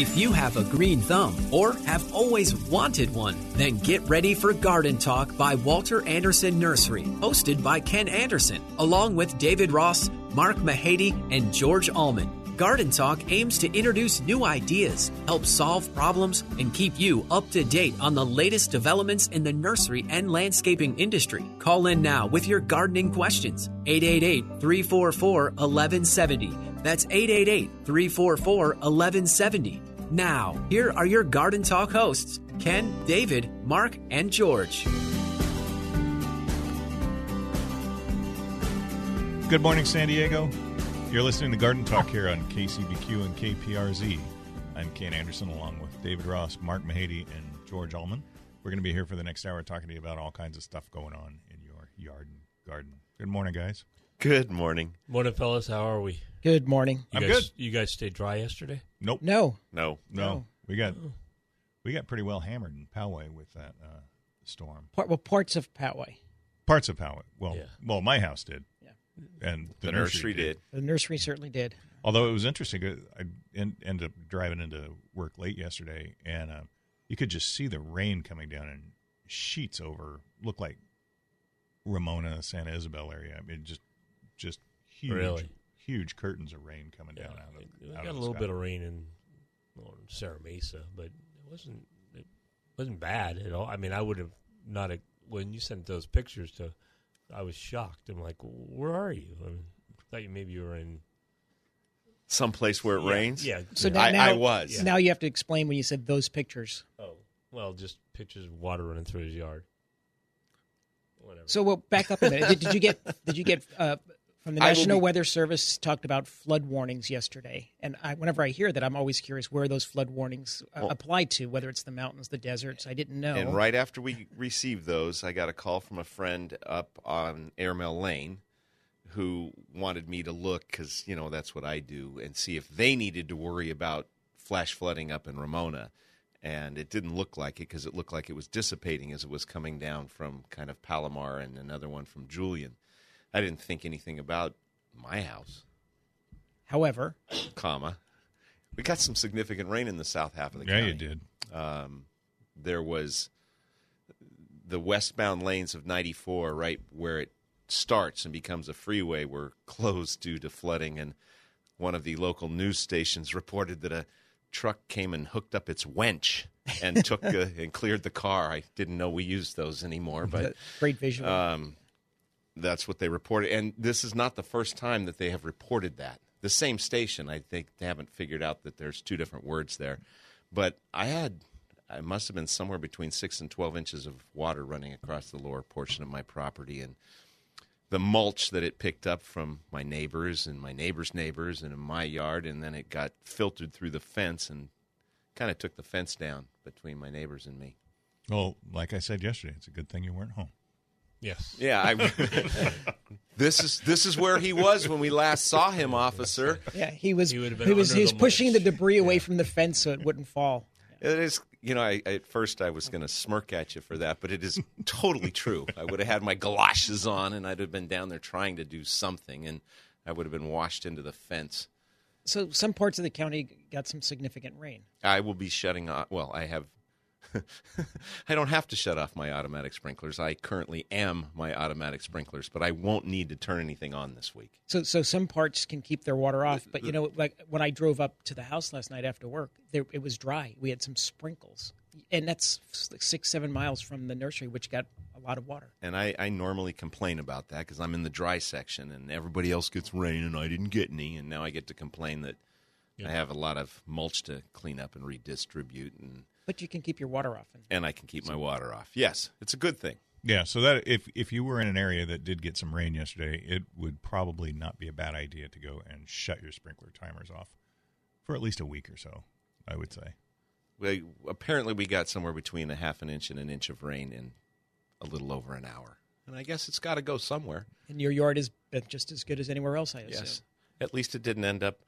If you have a green thumb or have always wanted one, then get ready for Garden Talk by Walter Anderson Nursery, hosted by Ken Anderson, along with David Ross, Mark Mahady, and George Allman. Garden Talk aims to introduce new ideas, help solve problems, and keep you up to date on the latest developments in the nursery and landscaping industry. Call in now with your gardening questions. 888 344 1170. That's 888 344 1170. Now, here are your Garden Talk hosts Ken, David, Mark, and George. Good morning, San Diego. You're listening to Garden Talk here on KCBQ and KPRZ. I'm Ken Anderson along with David Ross, Mark Mahady, and George Allman. We're going to be here for the next hour talking to you about all kinds of stuff going on in your yard and garden. Good morning, guys. Good morning. Morning, fellas. How are we? You Good morning. I'm guys, You guys stayed dry yesterday? Nope. No. No. No. No. We got we got pretty well hammered in Poway with that uh, storm. Part, well, parts of Poway. Parts of Poway. Well, Yeah. well, my house did. Yeah. And the, The nursery did. The nursery certainly did. Although it was interesting, I en- ended up driving into work late yesterday, and uh, you could just see the rain coming down in sheets over, looked like Ramona, Santa Isabel area. I mean, just just huge, Really? huge curtains of rain coming down out of. we out of got a the little sky. bit of rain in well, in Sarah Mesa, but it wasn't it wasn't bad at all. I mean, I would have not when you sent those pictures to. I was shocked. I'm like, where are you? I mean, thought you maybe you were in. Someplace where it Yeah, rains. Yeah. So yeah. now, I- now I was. Now you have to explain when you said those pictures. oh, well, just pictures of water running through his yard. Whatever. So well, back up a minute. did, did you get? Did you get? Uh, from the I will National be- Weather Service talked about flood warnings yesterday, and I, whenever I hear that, I'm always curious where those flood warnings uh, apply to, whether it's the mountains, the deserts. I didn't know. And right after we received those, I got a call from a friend up on Airmail Lane who wanted me to look because, you know, that's what I do and see if they needed to worry about flash flooding up in Ramona. And it didn't look like it because it looked like it was dissipating as it was coming down from kind of Palomar and another one from Julian. I didn't think anything about my house. However, comma. We got some significant rain in the south half of the Yeah, county. you did. Um, there was the westbound lanes of 94, right where it starts and becomes a freeway, were closed due to flooding. And one of the local news stations reported that a truck came and hooked up its wench and took uh, and cleared the car. I didn't know we used those anymore, but great visual. um, that's what they reported. And this is not the first time that they have reported that. The same station, I think they haven't figured out that there's two different words there. But I had, I must have been somewhere between six and 12 inches of water running across the lower portion of my property. And the mulch that it picked up from my neighbors and my neighbors' neighbors and in my yard. And then it got filtered through the fence and kind of took the fence down between my neighbors and me. Well, like I said yesterday, it's a good thing you weren't home. yes. Yeah, I, this is this is where he was when we last saw him, officer. yeah, he was. he He, would've been was. under He was the mulch. pushing the debris away from the fence so it wouldn't fall. It is, you know, I, at first I was going to smirk at you for that, but it is totally true. I would have had my galoshes on, and I'd have been down there trying to do something, and I would have been washed into the fence. So some parts of the county got some significant rain. I will be shutting off. Well, I have. I don't have to shut off my automatic sprinklers. I currently am my automatic sprinklers, but I won't need to turn anything on this week. So, so some parts can keep their water off, but you know, like when I drove up to the house last night after work, there, it was dry. We had some sprinkles, and that's like six, seven miles from the nursery, which got a lot of water. and I, I normally complain about that because I'm in the dry section and everybody else gets rain and I didn't get any, and now I get to complain that I have a lot of mulch to clean up and redistribute, and But you can keep your water off. And and I can keep my water off. Yes, it's a good thing. Yeah, so that if if you were in an area that did get some rain yesterday, it would probably not be a bad idea to go and shut your sprinkler timers off for at least a week or so. I would say. We, apparently, we got somewhere between a half an inch and an inch of rain in a little over an hour, and I guess it's got to go somewhere. and your yard is uh, just as good as anywhere else, I assume. Yes. At least it didn't end up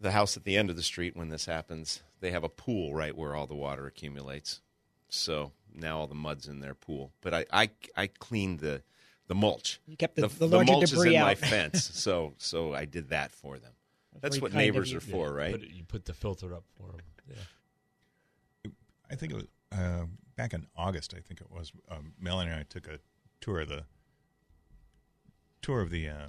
the house at the end of the street when this happens. They have a pool right where all the water accumulates. So now all the mud's in their pool. But I I, I cleaned the the mulch. You kept the- the the larger mulch is debris in my out. fence. So so I did that for them. That's very what kind of neighbors you. are for, right? Put, you put the filter up for them. Yeah. I think it was uh, back in August. I think it was. Um, Melanie and I took a tour of the tour of the uh,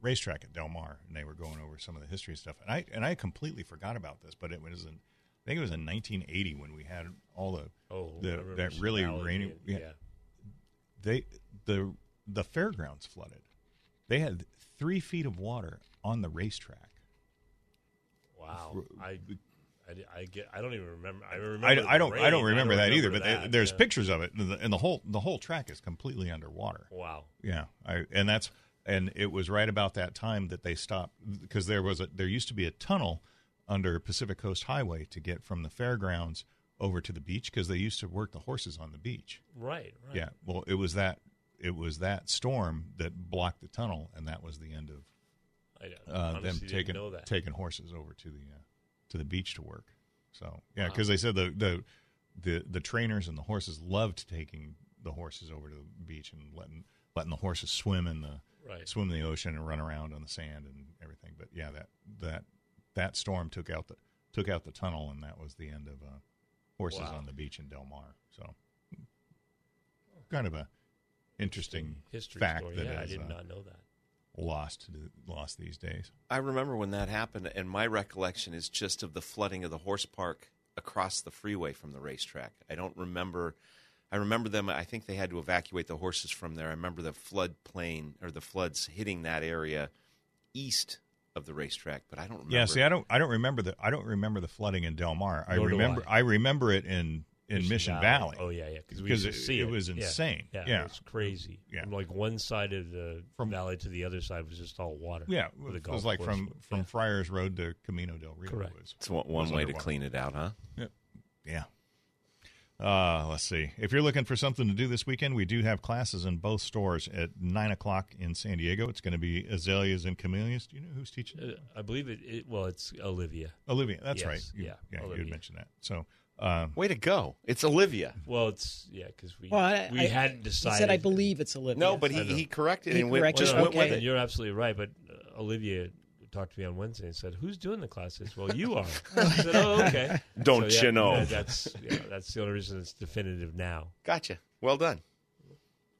racetrack at Del Mar, and they were going over some of the history stuff. And I and I completely forgot about this, but it was in I think it was in 1980 when we had all the Oh, The- I remember that some really alley- rainy- yeah. Yeah. they the the fairgrounds flooded. They had three feet of water on the racetrack. Wow. I, I, di- I get. I don't even remember. I remember. I, the I don't I rain. don't remember that either. remember but they- that, there's yeah. pictures of it, and the, and the whole the whole track is completely underwater. Wow. Yeah, I, and that's and it was right about that time that they stopped because there was a there used to be a tunnel under Pacific Coast Highway to get from the fairgrounds over to the beach because they used to work the horses on the beach. Right. Right. Yeah, well, it was that it was that storm that blocked the tunnel, and that was the end of I don't- uh, them honestly taking didn't know that. taking horses over to the uh, to the beach to work. So yeah, because they said the, the the the trainers and the horses loved taking the horses over to the beach and letting letting the horses swim in the right. swim in the ocean and run around on the sand and everything. But yeah, that that that storm took out the took out the tunnel, and that was the end of uh, horses Wow. on the beach in Del Mar. So kind of a interesting history fact story. that yeah, I is, did uh, not know that. lost lost these days. I remember when that happened, and my recollection is just of the flooding of the horse park across the freeway from the racetrack. I don't remember. I remember them. I think they had to evacuate the horses from there. I remember the floodplain or the floods hitting that area east of the racetrack, but I don't remember. Yeah, see, I don't I don't remember the I don't remember the flooding in Del Mar. I Nor do remember I. remember it in in Mission, Valley. Oh yeah, yeah. Because we 'Cause used to it- see it it, was Yeah. insane. Yeah, Yeah. it was crazy. Yeah. From like one side of the From- valley to the other side was just all water. Yeah, with a it golf was like course. from from Yeah. Friars Road to Camino del Rio. Correct. was- It's one, one was way to underwater. clean it out, huh? Yeah. Uh, let's see. If you're looking for something to do this weekend, we do have classes in both stores at 9 o'clock in San Diego. It's going to be Azaleas and Camellias. Do you know who's teaching? Uh, I believe it, it. Well, it's Olivia. Olivia. That's yes, right. You- yeah, Yeah, you had Olivia. mentioned that. So, uh, Way to go! It's Olivia. Well, it's yeah, because we Well, I, we I- hadn't decided. He said, "I believe it's Olivia." No, but I he, know. he corrected He and went, corrected, just Well, went with okay. it. You're absolutely right. But uh, Olivia talked to me on Wednesday and said, "Who's doing the classes?" Well, you are. I said, "Oh, okay." Don't yeah, you know. that- That's yeah, that's the only reason it's definitive now. Gotcha. Well done.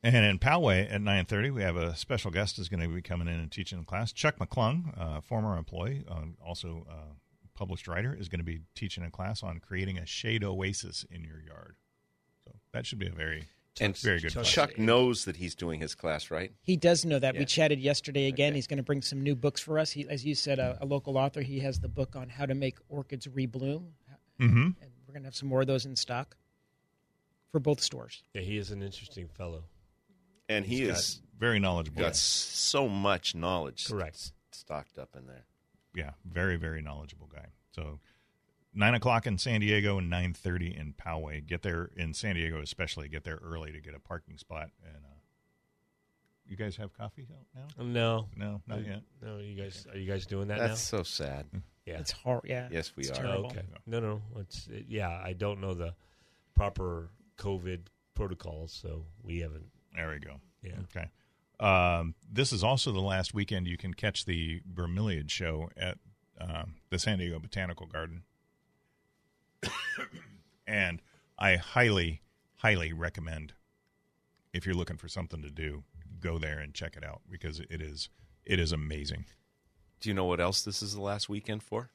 and in Poway at 9.30, we have a special guest is going to be coming in and teaching the class. Chuck McClung, uh, former employee, uh, also uh, published writer, is going to be teaching a class on creating a shade oasis in your yard. So that should be a very, And very good class. Chuck knows that he's doing his class, right? He does know that. Yeah. We chatted yesterday again. Okay. He's going to bring some new books for us. He, as you said, a, a local author. He has the book on how to make orchids rebloom, Mm-hmm. and we're going to have some more of those in stock for both stores. Yeah, he is an interesting fellow. And he He's got- is very knowledgeable. got s- so much knowledge. Correct. stocked up in there. yeah, very very knowledgeable guy. So nine o'clock in San Diego and nine thirty in Poway. Get there in San Diego, especially get there early to get a parking spot. And uh, you guys have coffee out now? Oh, No, No, not yet. Mm. no. You guys, are you guys doing that That's so sad. now? Yeah. It's hard. Yeah. Yes, we It's are. Oh, terrible. okay. No, no. It's it, yeah. I don't know the proper COVID protocols, so we haven't. There we go. Yeah. Okay. Um, this is also the last weekend you can catch the Vermilion show at um, the San Diego Botanical Garden. and I highly, highly recommend if you're looking for something to do, go there and check it out because it is it is amazing. Do you know what else this is the last weekend for?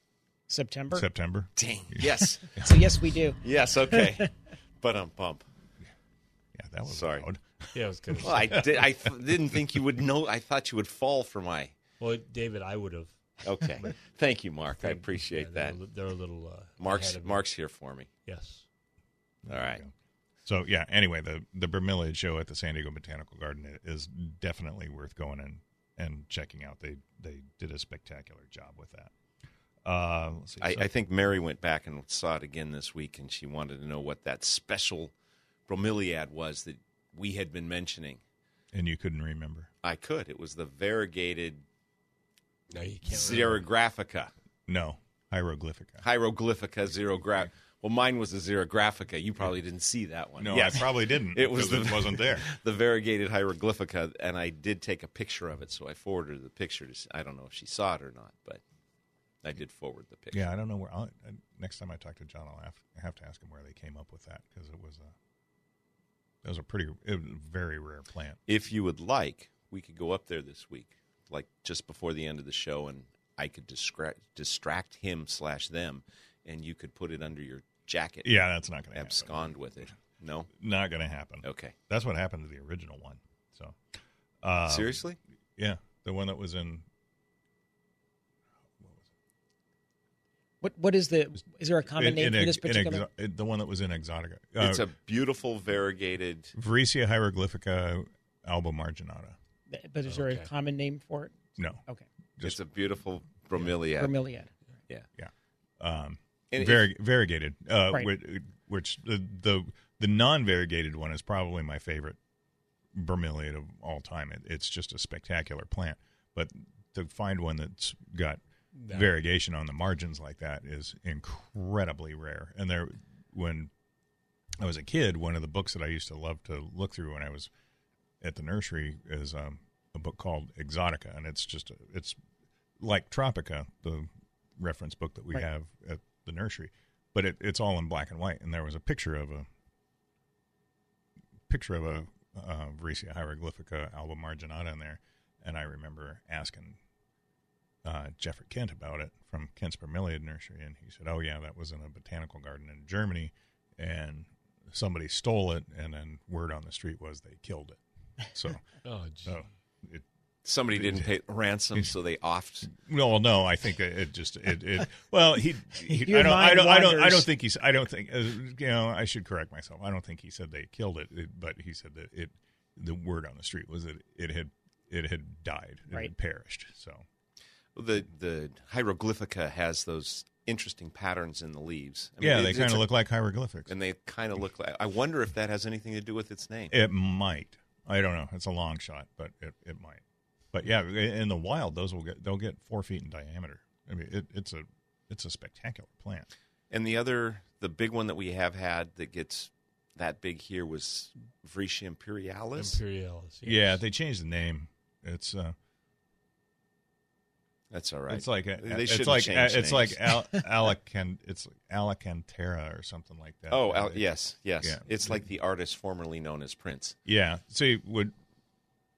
September. September. Dang. Yes. so yes, we do. yes. Okay. But I'm bump. Yeah, that was Sorry. loud. Yeah, I was gonna. Well, I, did, I f- didn't think you would know. I thought you would fall for my. Well, David, I would have. Okay. Thank you, Mark. I Yeah, appreciate they're that. a li- They're a little. Uh, Mark's ahead of me. Mark's here for me. Yes. All right. So yeah. Anyway, the the Vermilion show at the San Diego Botanical Garden is definitely worth going and and checking out. They they did a spectacular job with that. Uh, let's see. I, So- I think Mary went back and saw it again this week, and she wanted to know what that special bromeliad was that we had been mentioning. and you couldn't remember. I could. It was the variegated No, you can't. xerographica. No, hieroglyphica. Hieroglyphica xerograph. Well, mine was a xerographica. You probably didn't see that one. No, Yes. I probably didn't. It was because the- it wasn't there. the variegated hieroglyphica, and I did take a picture of it, so I forwarded the picture. To, s- I don't know if she saw it or not, but I did forward the picture. Yeah, I don't know where. I'll, uh, next time I talk to John, I'll have, I have to ask him where they came up with that because it was uh, a that was a pretty it was a very rare plant. If you would like, we could go up there this week, like just before the end of the show, and I could distra- distract him slash them, and you could put it under your jacket. Yeah, that's not going to happen. abscond with it. No, Not going to happen. okay. That's what happened to the original one. So uh, Seriously, yeah, the one that was in What what is the is there a common in- name in for ex- this in particular? exo- it- the one that was in Exotica. Uh, it's a beautiful variegated. Varicia hieroglyphica alba marginata. but is there Okay. a common name for it? No, Okay, Just- it's a beautiful bromeliad. bromeliad. um, And varie- variegated, uh, Right. which, which the, the the non-variegated one is probably my favorite bromeliad of all time. It, it's just a spectacular plant, but to find one that's got That- variegation on the margins like that is incredibly rare. And there, when I was a kid, one of the books that I used to love to look through when I was at the nursery is um, a book called Exotica, and it's just it's like Tropica, the reference book that we Right. have at the nursery, but it, it's all in black and white. And there was a picture of a picture of a uh, Varesia hieroglyphica alba marginata in there, and I remember asking uh, Jeffrey Kent about it from Kent's Bromeliad Nursery, and he said, "Oh yeah, that was in a botanical garden in Germany, and somebody stole it, and then word on the street was they killed it." So, Oh, gee. so it, Somebody didn't pay ransom, so they offed. no, well, no, I think it, it just it, it. Well, he, he Your I don't, I mind don't, I don't, I wanders. don't think he's, I don't think, uh, you know, I should correct myself. I don't think he said they killed it, it but he said that it, the word on the street was that it had, it had died, it Right. had perished. So, The the hieroglyphica has those interesting patterns in the leaves. I mean, yeah, it- they it's kind a- of look like hieroglyphics. and they kind of look like. I wonder if that has anything to do with its name. It might. I don't know. It's a long shot, but it, it might. But yeah, i- in the wild, those will get they'll get four feet in diameter. I mean, it, it's a it's a spectacular plant. And the other, the big one that we have had that gets that big here was Vriesia imperialis. Imperialis. yes. Yeah, they changed the name. It's uh, That's all right. it's like a, They it's shouldn't like change it's names. like Al, Alacan it's like Alacantara or something like that. oh, Uh, Al- yes, yes. Yeah. It's like the artist formerly known as Prince. Yeah. See, would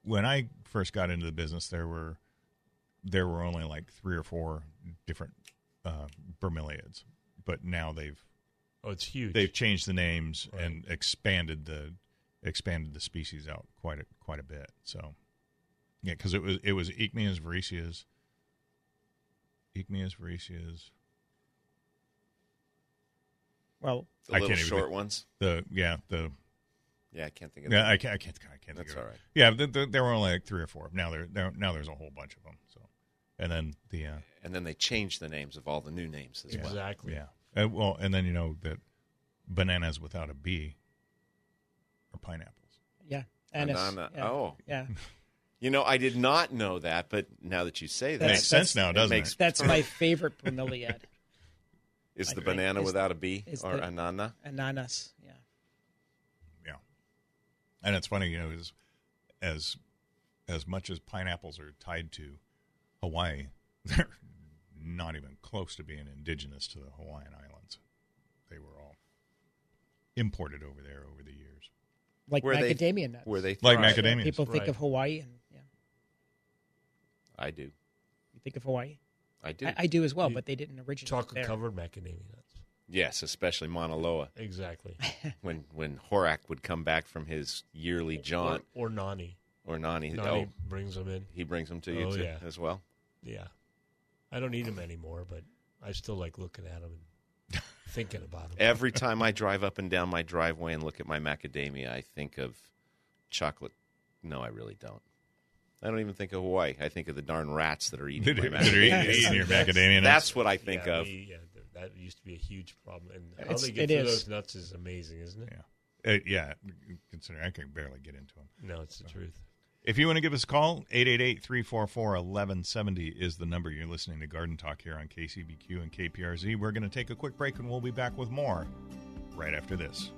when I first got into the business, there were there were only like three or four different uh, bromeliads, but now they've Oh, it's huge. they've changed the names Right. and expanded the expanded the species out quite a, quite a bit. So yeah, because it was it was Icneus varicius, Icneus varicius. Well, The I little can't even- short ones. The yeah the Yeah, I can't think of yeah, that. I can't I can't I can't think That's of it. all right. Yeah, th th there were only like three or four. Now there, there now there's a whole bunch of them. So and then the uh, And then they changed the names of all the new names as well. exactly. yeah Uh, well and then you know that bananas without a b are pineapples. yeah, Anise. Banana- Yeah. Oh, yeah. you know, I did not know that, but now that you say that, That's- makes sense now, that doesn't makes- it? That's my favorite bromeliad, is the I- banana is- without a B is or the- anana? ananas. Yeah, Yeah, and it's funny, you know, as as as much as pineapples are tied to Hawaii, they're not even close to being indigenous to the Hawaiian Islands. They were all imported over there over the years. like Where they- macadamia nuts. Where they Like thrive. Yeah, macadamias. People think Right. of Hawaii, and yeah, I do, you think of Hawaii. I do. I, I do as well, You- but they didn't originate Chocolate there. covered macadamia nuts. yes, especially Mauna Loa. Exactly. when when Horak would come back from his yearly jaunt Or, or Nani. or Nani. Oh, Nani brings them in. he brings them to you Oh, too, yeah. as well. Yeah. I don't eat them anymore, but I still like looking at them and thinking about them. Every time I drive up and down my driveway and look at my macadamia, I think of chocolate. No, I really don't. I don't even think of Hawaii. I think of the darn rats that are eating my That are eating- macadamia. eating your macadamia nuts. That's what I think yeah, of. we- yeah, th- that used to be a huge problem. And how It's- they get it through is. those nuts is amazing, isn't it? Yeah, Uh, yeah. Considering I can barely get into them. No, it's the truth. If you want to give us a call, 888-344-1170 is the number. You're listening to Garden Talk here on KCBQ and KPRZ. We're going to take a quick break and we'll be back with more right after this.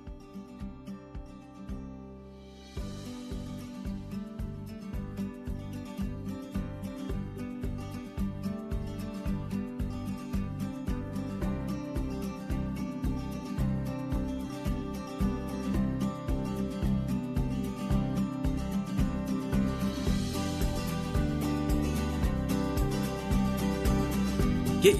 Get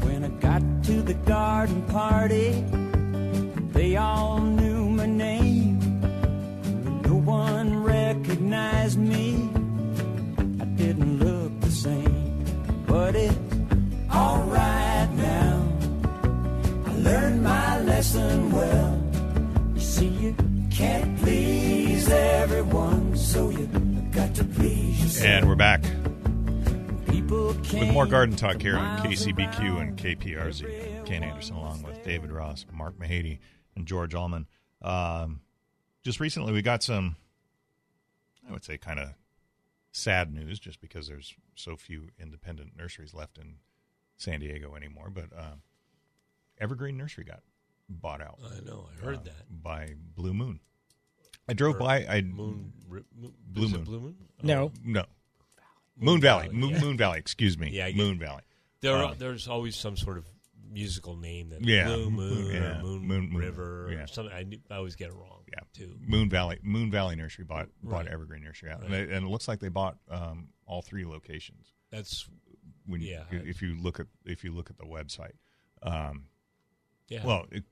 When I got to the garden party, they all knew my name. No one recognized me. I didn't look the same, but it's alright now. I learned my lesson well. You see, you can't please everyone, so you got to please yourself. And we're back People with came more garden talk here on miles KCBQ around. and KPRZ. I'm Ken Anderson, along with David Ross, Mark Mahady, and George Allman. Um, just recently, we got some, I would say, kind of sad news, just because there's so few independent nurseries left in San Diego anymore. But um Evergreen Nursery got bought out I know. I heard uh, that. by Blue Moon. I drove by. I Moon, ri- moon Blue is it Moon. Blue Moon. Oh. No. no Moon Valley. Valley, Moon, yeah. Moon Valley. Excuse me. Yeah, I get Moon Valley. There, Uh, are, there's always some sort of musical name that Yeah. Blue Moon, Yeah. or Moon, Moon- Moon- River, yeah. or something. I, knew- I always get it wrong. Yeah. too. Moon Valley Moon Valley Nursery bought bought Right. Evergreen Nursery out, and, Right. they, and it looks like they bought um, all three locations. That's When you- Yeah. if you look at if you look at the website, um, yeah. well, it,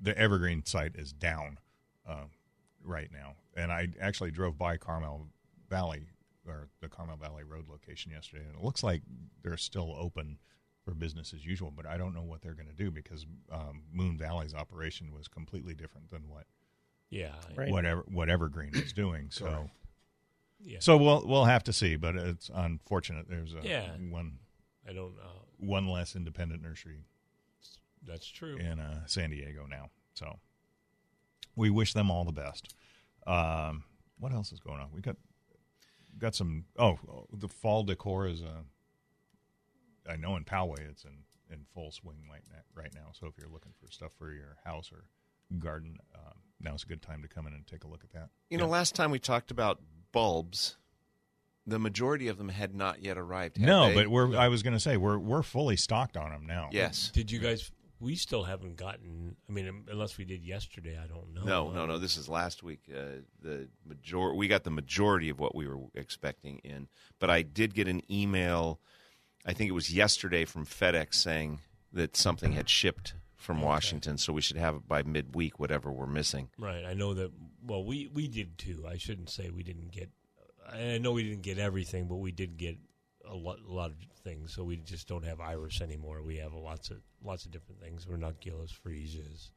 the Evergreen site is down uh, right now, and I actually drove by Carmel Valley or the Carmel Valley Road location yesterday, and it looks like they're still open for business as usual. But I don't know what they're going to do because um, Moon Valley's operation was completely different than what yeah, Right. whatever what Evergreen is doing. So. yeah. So we'll we'll have to see, but it's unfortunate. There's a Yeah. one I don't know. one less independent nursery That's true. in uh, San Diego now. So we wish them all the best. Um, what else is going on? We got got some. Oh, the fall decor is. Uh, I know in Poway it's in in full swing right now. Right now, so if you're looking for stuff for your house or garden, um, now's a good time to come in and take a look at that. You know, last time we talked about bulbs, the majority of them had not yet arrived. had no, they? but we're. I was going to say we're we're fully stocked on them now. yes, Did you guys? We still haven't gotten. I mean, um, unless we did yesterday, I don't know. no, no, no. This is last week. Uh, the major we got the majority of what we were expecting in, but I did get an email. I think it was yesterday from FedEx saying that something had shipped from Washington, so we should have it by midweek. Whatever we're missing. Right. I know that. Well, we we did too. I shouldn't say we didn't get. I know we didn't get everything, but we did get a lot, a lot of things. So we just don't have iris anymore. We have lots of lots of different things. Ranunculus, freesias,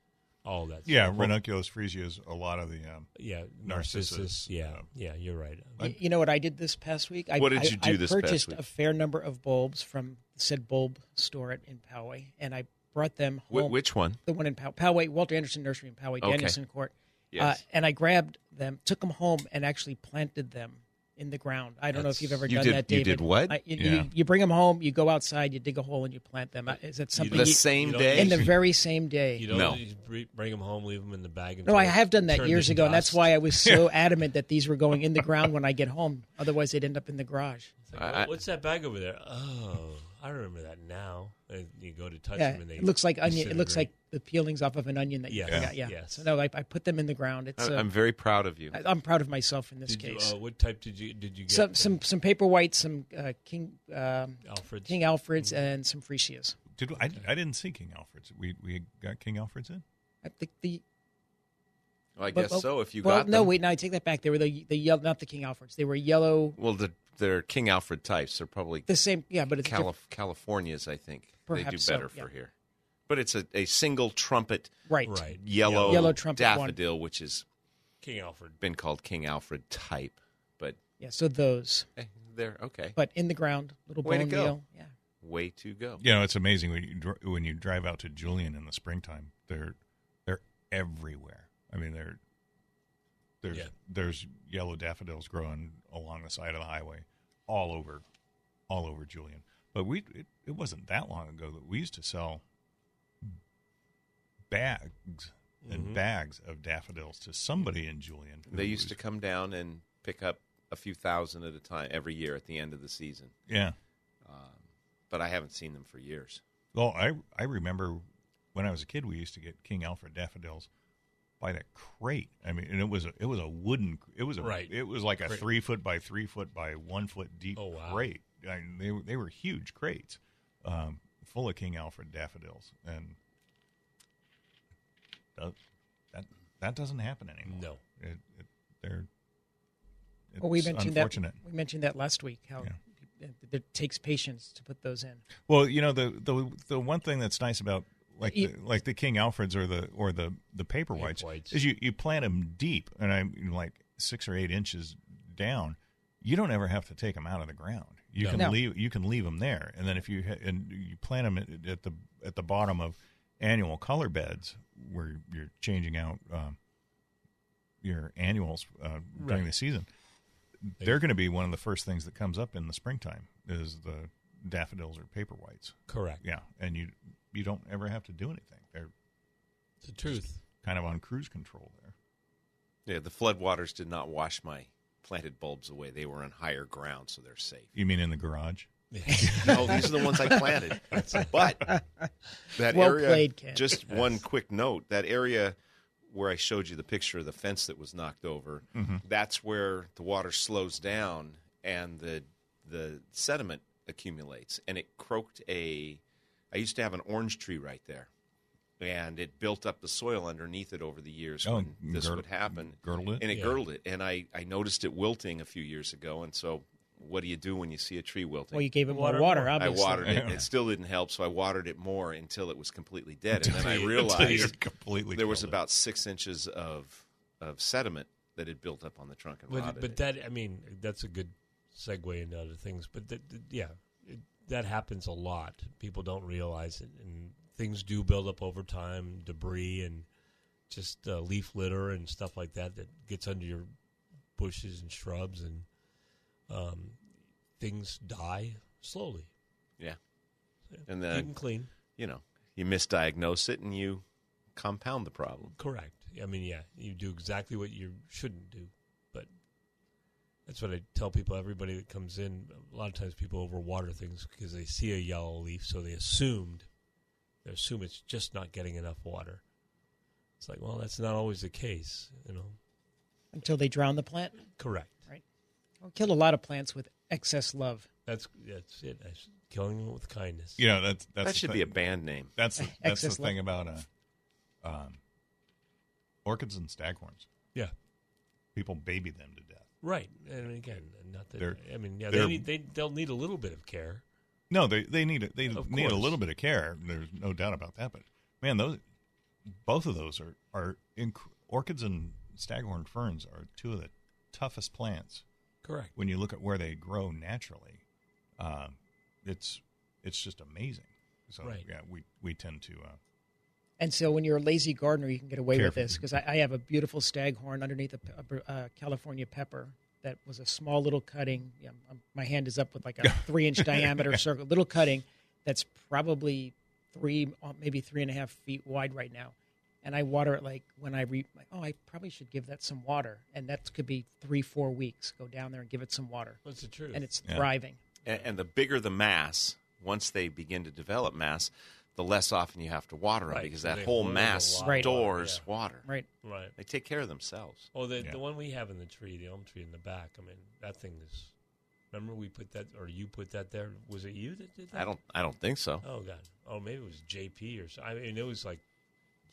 all that. Yeah, stuff. ranunculus freesias. A lot of the um, yeah, Narcissus, narcissus. Yeah, um, yeah. You're right. Y- you know what I did this past week? I, What did I- you do I this past purchased week? a fair number of bulbs from said bulb store at, in Poway, and I brought them Wh- home. which one? the one in Pow- Poway, Walter Anderson Nursery in Poway, Okay. Danielson Court. Uh, Yes. and I grabbed them, took them home, and actually planted them in the ground. I don't know if you've ever You done did- that, you David. did what? I, you, Yeah. you, you bring them home, you go outside, you dig a hole, and you plant them. I- Is that something? the you- same you don't- day. in the very same You day. don't No. just br- bring them home, leave them in the bag. No, until I it have done that turned years to ago, and that's dust. why I was so adamant that these were going in the ground when I get home. Otherwise, they'd end up in the garage. It's like, I- I- What's that bag over there? Oh, I remember that now. And you go to touch Yeah, them, and they it looks like onion. It looks disintegrate. like the peelings off of an onion that you Yeah. forgot. Yeah. Yeah. Yes. So no, I, I put them in the ground. It's. I- uh, I'm very proud of you. I- I'm proud of myself in this Did you- case. uh, what type did you did you get? some some some paper whites, some uh, King um, Alfred's. Mm-hmm. King Alfreds, and some freesias. Did I, I didn't see King Alfred's. We we got King Alfred's in. I think the Well, I but- guess well- so. If you well, got no, them. wait, no, I take that back. They were the the yellow, not the King Alfreds. They were yellow, Well, the, they're King Alfred types. They're probably the same. Yeah, but it's a Calif- California's. I think they do Perhaps so, better yeah. for here. But it's a, a single trumpet different- right. Right. yellow, Yellow trumpet one. daffodil, which has King Alfred. been called King Alfred type. But Yeah, so those, eh, they're okay. but in the ground, little Way to bone go. meal. Yeah, Way to go. You know, it's amazing when you dr- when you drive out to Julian in the springtime. They're they're everywhere. I mean, they're there's Yeah. there's yellow daffodils growing along the side of the highway, all over, all over Julian. But we it, it wasn't that long ago that we used to sell bags Mm-hmm. and bags of daffodils to somebody in Julian. who They used to was- come down and pick up a few thousand at a time every year at the end of the season. Um, Yeah. But I haven't seen them for years. Well, I I remember when I was a kid, we used to get King Alfred daffodils by that crate. I mean, and it was a it was a wooden it was a Right. it was like a Crate. three foot by three foot by one foot deep Oh, wow. crate. I mean, they were they were huge crates, um, full of King Alfred daffodils, and that that, that doesn't happen anymore. No. it, it, they're it's Well, we mentioned that unfortunate. we mentioned that last week how Yeah. it, it takes patience to put those in. Well, you know the the the one thing that's nice about like the, You- like the King Alfreds or the or the the paper Paper whites whites. is you you plant them deep and I'm like six or eight inches down. You don't ever have to take them out of the ground. You No. can No. leave you can leave them there, and then if you ha- and you plant them at, at the at the bottom of annual color beds where you're changing out um, your annuals uh, during Right. the season they're going to be one of the first things that comes up in the springtime is the daffodils or paper whites. Correct. Yeah, and you you don't ever have to do anything. They're The truth. kind of on cruise control there. Yeah, the floodwaters did not wash my planted bulbs away. They were on higher ground, so they're safe. You mean in the garage? no, these are the ones I planted. But that Well area, played, Ken. just one quick note: that area where I showed you the picture of the fence that was knocked over, Mm-hmm. that's where the water slows down and the the sediment accumulates, and it croaked a. I used to have an orange tree right there, and it built up the soil underneath it over the years Oh, when and this girdle- would happen. girdled it? and it Yeah. girdled it, and I I noticed it wilting a few years ago, and so. What do you do when you see a tree wilting? Well, you gave it more Water water, more. I I obviously. watered it. Yeah. It still didn't help, so I watered it more until it was completely dead. And then I Until you- Until you're realized completely there was killed it. about six inches of of sediment that had built up on the trunk and But rotted. but it. that I mean that's a good segue into other things. But that, that- yeah, it, that happens a lot. People don't realize it, and things do build up over time. Debris and just uh, leaf litter and stuff like that that gets under your bushes and shrubs, and um, things die slowly. yeah, and Keep 'em then clean. you know you misdiagnose it and you compound the problem. Correct. I mean, yeah, you do exactly what you shouldn't do, but that's what I tell people. Everybody that comes in, a lot of times people overwater things because they see a yellow leaf, so they assumed they assume it's just not getting enough water. It's like, well, that's not always the case, you know. until they drown the plant. Correct. Well, kill a lot of plants with excess love. That's that's it. That's killing them with kindness. You know that's that's That the should thing. be a band name. that's the, that's the Excess thing about uh, um, orchids and staghorns. Yeah. People baby them to death. Right. And again, not that. They're- I mean, yeah, they're- they need, they they'll need a little bit of care. No, they they need a, they Of need a course. little bit of care. There's no doubt about that. But man, those both of those are are inc- orchids and staghorn ferns are two of the toughest plants Correct. when you look at where they grow naturally. Um, it's it's just amazing. So Right. yeah, we we tend to uh, And so, when you're a lazy gardener, you can get away with Careful. this because I, I have a beautiful staghorn underneath a, pe- a, uh, California pepper that was a small little cutting. Yeah, I'm- my hand is up with like a three inch diameter circle, little cutting that's probably three, uh, maybe three and a half feet wide right now. And I water it like when I re, like, oh, I probably should give that some water. And that could be three, four weeks. Go down there and give it some water. What's the truth? And it's Yeah. thriving. And, and the bigger the mass, once they begin to develop mass, the less often you have to water them Right, because so that they whole hold a mass lot of water, stores yeah. water. Right. right. They take care of themselves. Oh, the Yeah. the one we have in the tree, the elm tree in the back. I mean, that thing is. Remember, we put that, or you put that there. Was it you that did that? I don't. I don't think so. Oh God. Oh, maybe it was JP or something. I mean, it was like.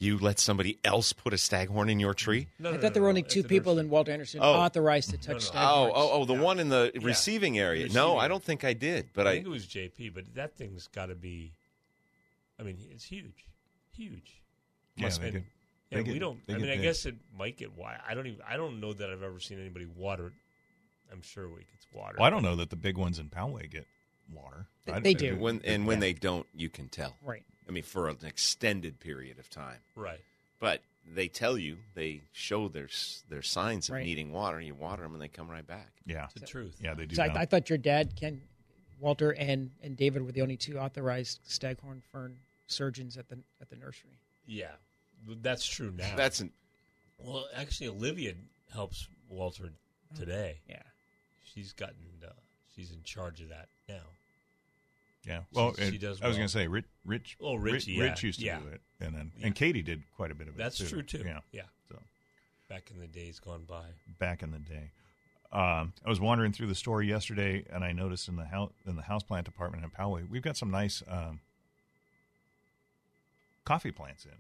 You let somebody else put a staghorn in your tree? No, I no, thought no, there no, were only at two the people nursery. in Wild Anderson Oh. authorized to touch no, no. staghorns. Oh, oh, oh, the one in the Yeah. receiving area. Receiving No, area. I don't think I did, but I, I, think it was JP, but that thing's got to be. I mean, it's huge, huge. yeah, Must they be- get- Yeah, they we get- don't. they I get mean, I big. guess it might get water. I don't even. I don't know that I've ever seen anybody water it. I'm sure it gets water. Well, I don't know that the big ones in Poway get water. They- I- they do. when and when they don't, you can tell. Right. I mean, for an extended period of time, Right. but they tell you they show their s- their signs of Right. needing water. You water them, and they come right back. Yeah, It's the truth. yeah, they do. So I, now. I thought your dad, Ken, Walter, and, and David were the only two authorized staghorn fern surgeons at the at the nursery. Yeah. that's true now. That's an, well, actually, Olivia helps Walter today. Yeah. She's gotten uh, she's in charge of that now. Yeah. Well, She- she it- does I was well. going to say Rich. Rich. Oh, Ri- Richie, Rich yeah, used to yeah. do it, and then Yeah. and Katie did quite a bit of it. That's too. true too. Yeah. yeah. So Back in the days gone by. back in the day, um, I was wandering through the store yesterday, and I noticed in the house in the houseplant department in Poway, we've got some nice um, coffee plants in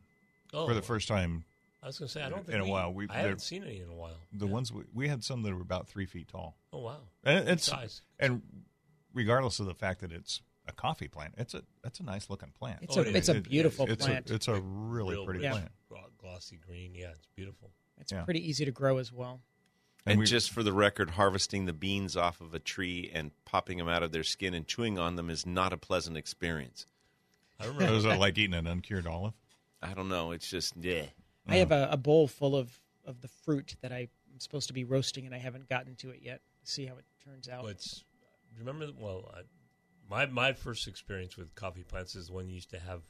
Oh, for the first time. I was going to say I don't in think a we- while, we- I haven't they're- seen any in a while. The ones we, we had some that were about three feet tall. Oh wow. And it's Size. and regardless of the fact that it's a coffee plant, it's a that's a nice looking plant. It's Oh, a it it's is. a beautiful it's plant. A, it's a really Real pretty rich, plant. glo- glossy green. Yeah, it's beautiful. it's yeah. pretty easy to grow as well. And and, we- just for the record, harvesting the beans off of a tree and popping them out of their skin and chewing on them is not a pleasant experience. I It remember. was uh, like eating an uncured olive. I don't know. It's just yeah. I have a, a bowl full of, of the fruit that I'm supposed to be roasting, and I haven't gotten to it yet. See how it turns out. Well, it's do you remember? Well, I, my my first experience with coffee plants is one you used to have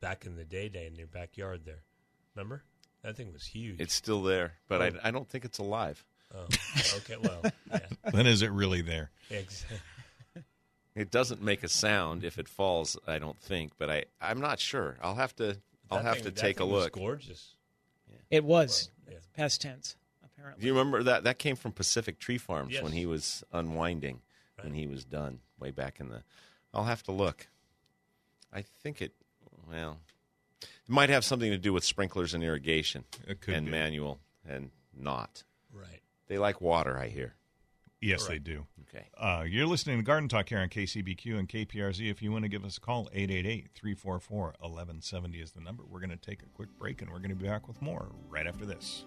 back in the day, day in your backyard there. Remember that thing was huge. It's still there, but I, I don't think it's alive. oh, okay. Well, yeah, Then is it really there? ex- Uh-huh. It doesn't make a sound if it falls. I don't think, but I I'm not sure. I'll have to I'll that have thing- to that take a thing was look. gorgeous. it was Well, yeah. past tense, Do apparently. you remember that? That came from Pacific Tree Farms Yes. when he was unwinding, when Right. he was done way back in the. I'll have to look. I think it. Well, it might have something to do with sprinklers and irrigation It could and be. manual and not. Right. They like water, I hear. Yes, Correct. they do. Okay. Uh, you're listening to Garden Talk here on KCBQ and KPRZ. If you want to give us a call, 888 344 1170 is the number. We're going to take a quick break and we're going to be back with more right after this.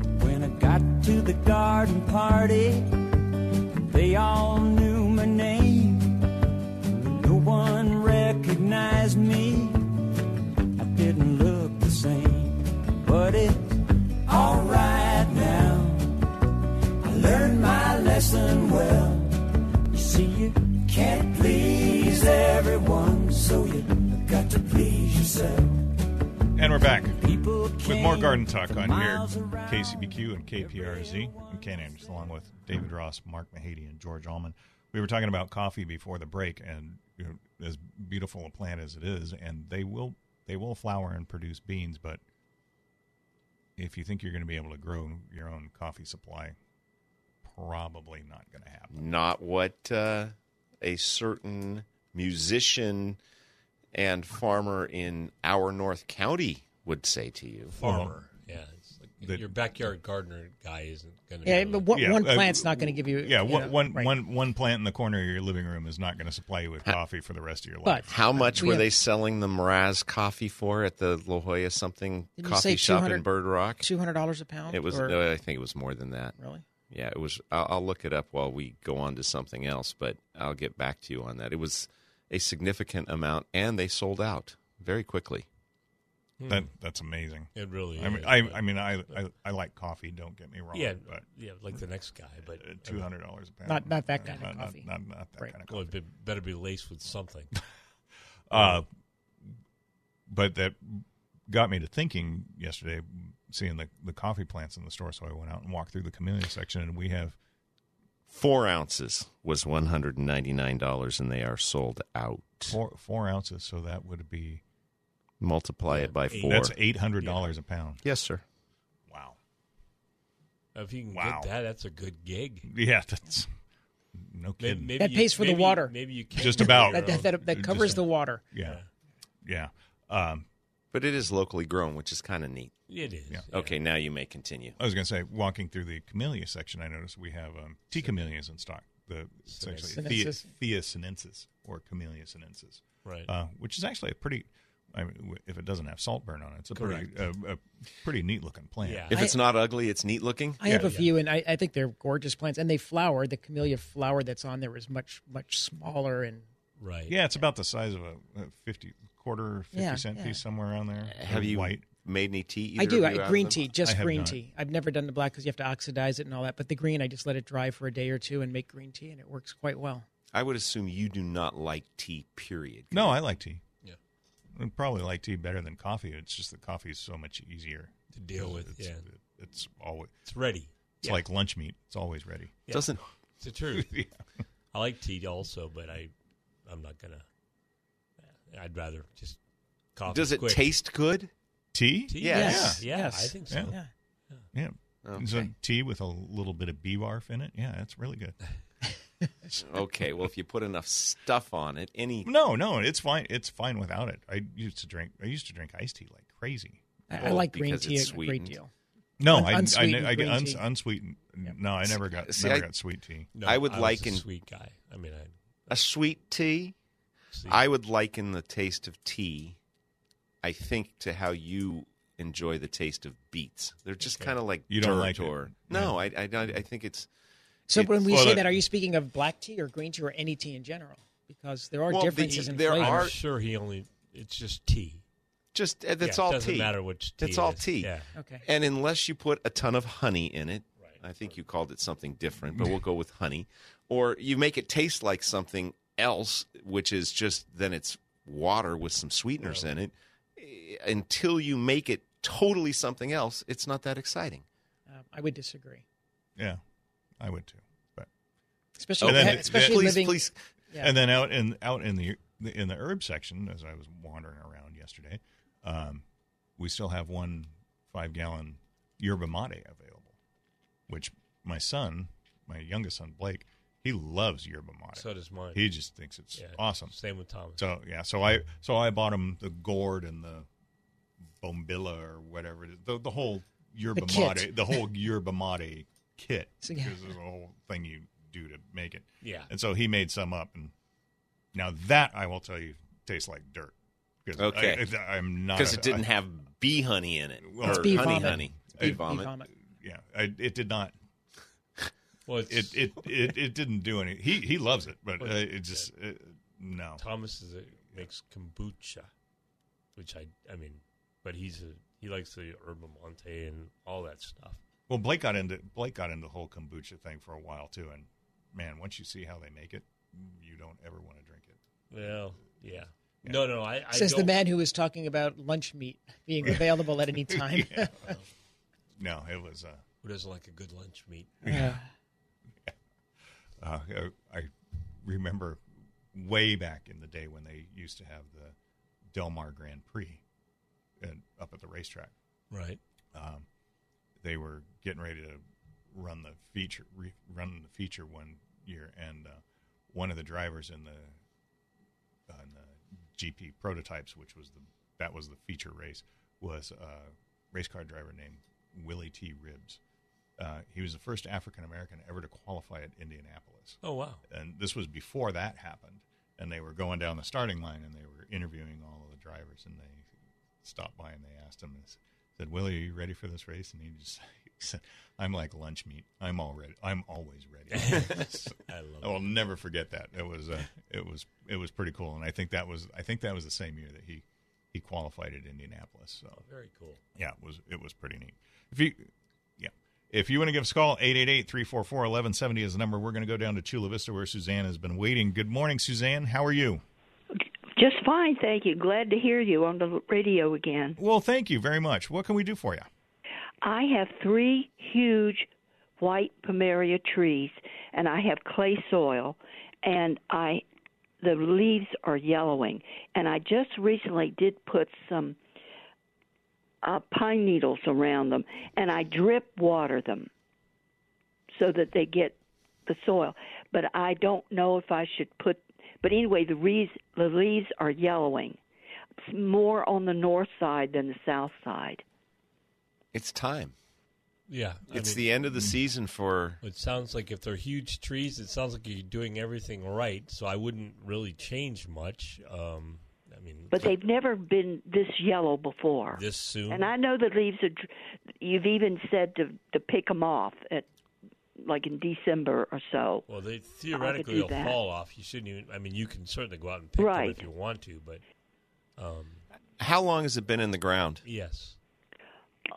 When I got to the garden party, they all knew my name. No one recognized me. I didn't look the same, but it's alright now. I learned my lesson well. You see, you can't please everyone, so you got to please yourself. And we're back People with more Garden Talk on here, KCBQ and KPRZ. I'm Ken Anderson along with David Ross, Mark Mahady, and George Allman. We were talking about coffee before the break, and you know, as beautiful a plant as it is, and they will they will flower and produce beans, but if you think you're going to be able to grow your own coffee supply, probably not going to happen. Not what uh, a certain musician and farmer in our North County would say to you. Farmer. Yeah. It's like The- your backyard gardener guy isn't going to. Yeah, be but able what, Yeah, one uh, plant's not going to give you. Yeah, you one know, one- right. one- one plant in the corner of your living room is not going to supply you with coffee for the rest of your But uh, life. How much We were have- they selling the Mraz coffee for at the La Jolla something Didn't you coffee say shop in 200 Bird Rock? two hundred dollars a pound. It was. uh, or- no, I think it was more than that. really. Yeah, it was. I'll, I'll look it up while we go on to something else, but I'll get back to you on that. It was a significant amount, and they sold out very quickly. Mm. That that's amazing. It really I mean, is. I, but- I mean, I, I, I like coffee. Don't get me wrong. yeah, but yeah, like the next guy, but Uh, two hundred dollars a pound. Not- not that kind of Not- not- coffee. Not, not, that Right. kind of Well, coffee. it'd be, better be laced with something. Uh, but that got me to thinking yesterday, seeing the, the coffee plants in the store. So I went out and walked through the camellia section, and we have Four ounces was one hundred and ninety nine dollars, and they are sold out. four four ounces. So that would be Multiply it by Eight. four. that's eight hundred dollars a pound. yes, sir. Wow. I if you can Wow. get that, that's a good gig. Yeah, that's no May- kidding. maybe That you- pays for the maybe- water. Maybe you can Just do about. your That, that, own. that, that covers the water. yeah, yeah. Um, But it is locally grown, which is kind of neat. It is. yeah. Okay, now you may continue. I was going to say, walking through the camellia section, I noticed we have um, tea camellias in stock. The it's actually Thea, Sinensis. Thea sinensis or Camellia sinensis, Right. uh, which is actually a pretty. I mean, w- if it doesn't have saltburn on it, it's a pretty, uh, a, a pretty neat looking plant. Yeah. If I- it's not ugly, it's neat looking. I have a few, and I, I think they're gorgeous plants, and they flower. The camellia flower that's on there is much much smaller, and right. Yeah, it's about the size of a, a fifty quarter, fifty Yeah, cent yeah. piece somewhere around there. Have you white? made any tea? I either do of you, I, out green of them? tea, just I have green not. tea. I've never done the black because you have to oxidize it and all that. But the green, I just let it dry for a day or two and make green tea, and it works quite well. I would assume you do not like tea. Period. No, Oh, I like tea. Yeah. I probably like tea better than coffee. It's just that coffee is so much easier To deal with. It's, yeah. it's always It's ready. it's like lunch meat. It's always ready. Yeah. Doesn't It's the truth. Yeah. I like tea also, but I, I'm not gonna. I'd rather just coffee. does it quick. taste good? Tea? Tea? Yes. Yeah. Yeah, Yes. I think so. Yeah. Yeah. Yeah. Okay. So tea with a little bit of bee barf in it. Yeah, that's really good. okay. Well, if you put enough stuff on it, any No, no, it's fine. It's fine without it. I used to drink. I used to drink iced tea like crazy. I, I Well, like green because tea it's a great sweetened. deal. No, Un- I, unsweetened I, I, green uns- tea. unsweetened. No, I never got See, never I- got sweet tea. No, I would was liken- a sweet guy. I mean, I. a sweet tea. See, I would liken the taste of tea, I think, to how you enjoy the taste of beets. They're just kind of like You don't dirt like it. or no. I, I don't- I think it's So It- when we Well, uh, say the- that, are you speaking of black tea or green tea or any tea in general? Because there are Well, the- differences in there flavor. I'm are- sure he only. It's just tea. just eh, that's Yeah, it all doesn't tea. matter which tea That's it all is. tea. Yeah. Okay. And unless you put a ton of honey in it, I think you called it something different, but we'll go with honey. Or you make it taste like something else, which is just then it's water with some sweeteners in it. Eh, Until you make it totally something else, it's not that exciting. Um, I would disagree, Yeah, I would too. But especially And then- especially please, living. please. Yeah. And then out in out in the in the herb section, as I was wandering around yesterday, um, we still have one five gallon yerba mate available, which my son, my youngest son Blake, he loves yerba mate. So does mine. he just thinks it's Yeah. awesome. Same with Thomas. So yeah, so I so I bought him the gourd and the bombilla or whatever it is, the the whole yerba kit. mate, the whole yerba mate kit So, yeah. because there's a whole thing you do to make it. yeah. And so he made some up, and now that I will tell you tastes like dirt. 'Cause Okay. I, am not Because a- it didn't I- have bee honey in it. Well, It's or bee honey, vomit. honey. bee, Bee bee vomit. vomit. yeah, I, it did not. Well, it's, It it, it it didn't do any. He he loves it, but uh, it just uh no. Thomas is a, makes kombucha, which I I mean, but he's a he likes the yerba mate and all that stuff. Well, Blake got into Blake got into the whole kombucha thing for a while too, and man, once you see how they make it, you don't ever want to drink it. Well, yeah. No, no, I, I Says the don't- man who was talking about lunch meat being available at any time. No, it was. Uh, who doesn't like a good lunch meat. Uh, Uh, I I remember way back in the day when they used to have the Del Mar Grand Prix and up at the racetrack. Right. Um, they were getting ready to run the feature, re, run the feature one year, and uh, one of the drivers in the, uh, in the GP prototypes, which was the that was the feature race, was a race car driver named Willie T. Ribs. Uh, he was the first African American ever to qualify at Indianapolis Oh wow. and this was before that happened and they were going down the starting line and they were interviewing all of the drivers and they stopped by and they asked him and said willie are you ready for this race and he just he said i'm like lunch meat i'm already i'm always ready I love i will never forget that it was uh, it was it was pretty cool and i think that was i think that was the same year that he he qualified at indianapolis so it. Very cool. yeah, it was it was pretty neat. If you yeah. If you want to give us a call, 888-344-1170 is the number. We're going to go down to Chula Vista where Suzanne has been waiting. Good morning, Suzanne. How are you? Just fine, thank you. Glad to hear you on the radio again. Well, thank you very much. What can we do for you? I have three huge white pomeria trees, and I have clay soil, and I the leaves are yellowing, and I just recently did put some uh, pine needles around them, and I drip water them. so that they get the soil. But I don't know if I should put. But anyway, the leaves the leaves are yellowing, It's more on the north side than the south side. It's time. Yeah, I It's mean, mm. the end of the season for It sounds like if they're huge trees, it sounds like you're doing everything right. So I wouldn't really change much. Um, I mean, But they've never been this yellow before. this soon. And I know the leaves are. dr- You've even said to to pick them off at like in December or so. well, they do theoretically will that. fall off. You shouldn't even. I mean, you can certainly go out and pick them Right. if you want to, but um, how long has it been in the ground? yes,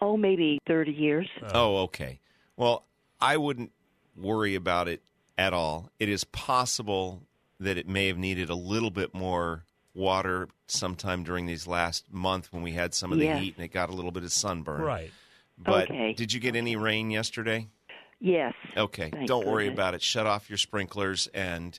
Oh, maybe thirty years. Oh, okay. Well, I wouldn't worry about it at all. It is possible that it may have needed a little bit more water sometime during these last month when we had some of the Yes. heat and it got a little bit of sunburn. right. But Okay. did you get any rain yesterday? Yes. Okay. Thank Don't worry goodness. about it. Shut off your sprinklers and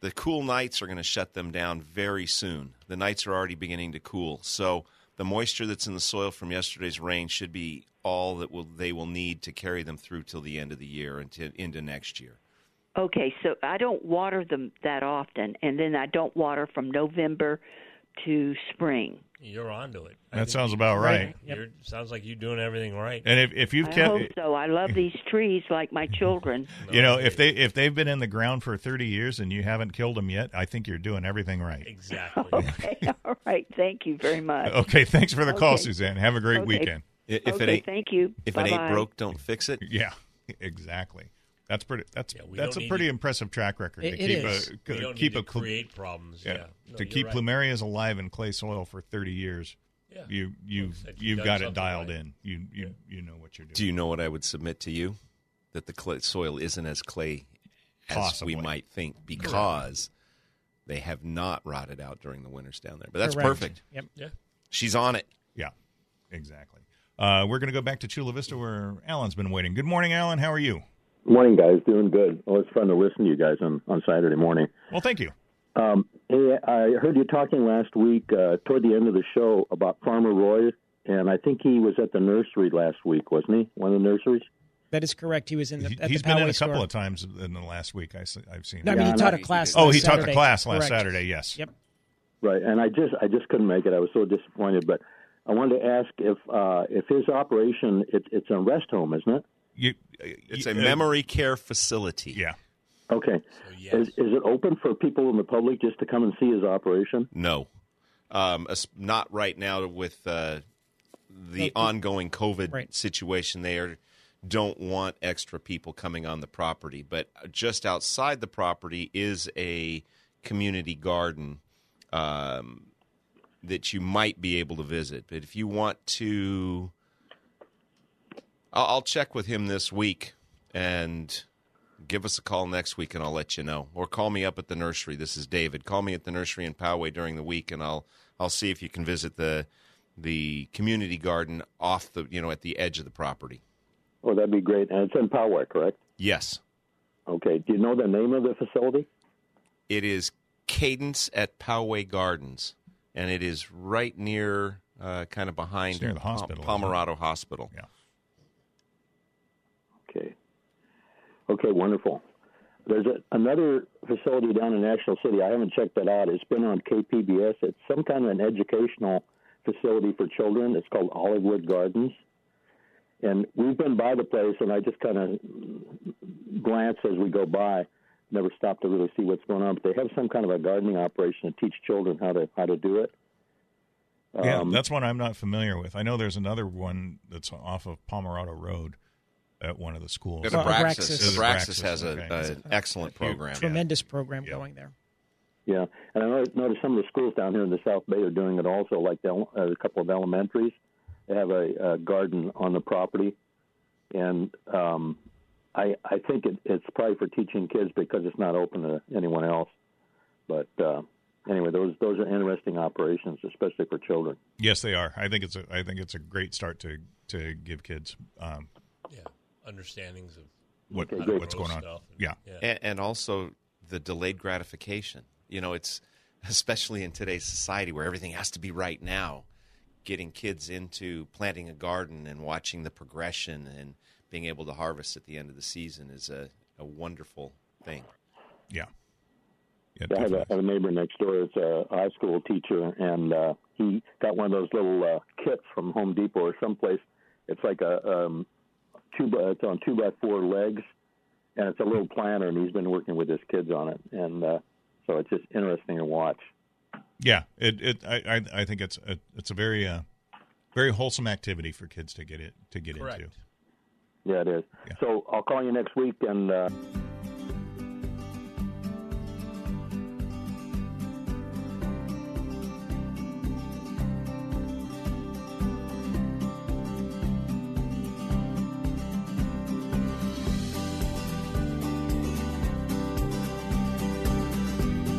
the cool nights are going to shut them down very soon. The nights are already beginning to cool. So the moisture that's in the soil from yesterday's rain should be all that will they will need to carry them through till the end of the year and to, into next year. Okay, so I don't water them that often, and then I don't water from November to spring. You're onto it. That I think sounds about right. You're, sounds like you're doing everything right. And if, if you've I kept, hope so. I love these trees like my children. you know, if they if they've been in the ground for thirty years and you haven't killed them yet, I think you're doing everything right. Exactly. Okay, all right. Thank you very much. Okay, thanks for the call, Okay. Suzanne. Have a great Okay. weekend. I- If okay, it ain't thank you. if it Bye-bye. ain't broke, don't fix it. Yeah, exactly. That's pretty. That's Yeah, we that's don't a need pretty to- impressive track record It- to it keep is. a We don't keep need a to cl- create problems. yeah, Yeah, No, to you're keep right. plumerias alive in clay soil for thirty years. Yeah. You you've said you've you've done got it something dialed right. in. You you you know what you're doing. Do you know what I would submit to you? That the clay, soil isn't as clay as Possibly. we might think because they have not rotted out during the winters down there. But that's Correct. perfect. Yep. Yeah. She's on it. yeah, exactly. Uh, we're going to go back to Chula Vista where Alan's been waiting. Good morning, Alan. How are you? Morning, guys. Doing good. Well, it's fun to listen to you guys on, on Saturday morning. Well, thank you. Um, hey, I heard you talking last week uh, toward the end of the show about Farmer Roy, and I think he was at the nursery last week, wasn't he? One of the nurseries. That is correct. He was in the. He, at has the been in Poway a couple store. of times in the last week. I, have seen. No, I him. mean, Yeah, he taught no, a class. oh, last he taught the Saturday. class last Correct. Saturday. Yes. Yep. Right, and I just I just couldn't make it. I was so disappointed. But I wanted to ask if uh, if his operation it, it's a rest home, isn't it? You- It's you- a uh, memory care facility. Yeah. Okay. So, yes. Is, is it open for people in the public just to come and see his operation? No, um, as- not right now with uh, the ongoing COVID Right. situation. They are, don't want extra people coming on the property, but just outside the property is a community garden um, that you might be able to visit. But if you want to, I'll, I'll check with him this week and give us a call next week and I'll let you know. Or call me up at the nursery. This is David. Call me at the nursery in Poway during the week and I'll I'll see if you can visit the the community garden off the you know at the edge of the property. Oh, that'd be great. And it's in Poway, correct? Yes. Okay. Do you know the name of the facility? It is Cadence at Poway Gardens and it is right near uh, kind of behind It's near the Pom- hospital, isn't it? Pomerado Hospital. Yeah. Okay. Okay, wonderful. There's a, another facility down in National City. I haven't checked that out. It's been on KPBS. It's some kind of an educational facility for children. It's called Olivewood Gardens. And we've been by the place, and I just kind of glance as we go by. Never stop to really see what's going on. But they have some kind of a gardening operation to teach children how to how to do it. Yeah, Um, that's one I'm not familiar with. I know there's another one that's off of Pomerado Road at one of the schools. Well, Abraxas. Abraxas. Abraxas has a- Okay. an excellent program. Tremendous program Yep. going there. Yeah, and I noticed- noticed some of the schools down here in the South Bay are doing it also. Like the, ele- uh, a couple of elementaries, they have a, a garden on the property, and um, I I think it, it's probably for teaching kids because it's not open to anyone else. But uh, anyway, those those are interesting operations, especially for children. Yes, they are. I think it's a I think it's a great start to to give kids um, yeah. Understandings of what Okay, good. what's going on. Stuff. Yeah. yeah. and, and also the delayed gratification. You know, it's especially in today's society where everything has to be right now. Getting kids into planting a garden and watching the progression and being able to harvest at the end of the season is a, a wonderful thing. Yeah. Yeah, I have a, I have a neighbor next door that's a high school teacher, and uh, he got one of those little uh, kits from Home Depot or someplace. It's like a um, two by, it's on two by four legs, and it's a little planter, and he's been working with his kids on it, and uh, so it's just interesting to watch. Yeah, it, it I, I I think it's a it's a very uh, very wholesome activity for kids to get it to get Correct. into. Yeah, it is. Yeah. So I'll call you next week, and uh,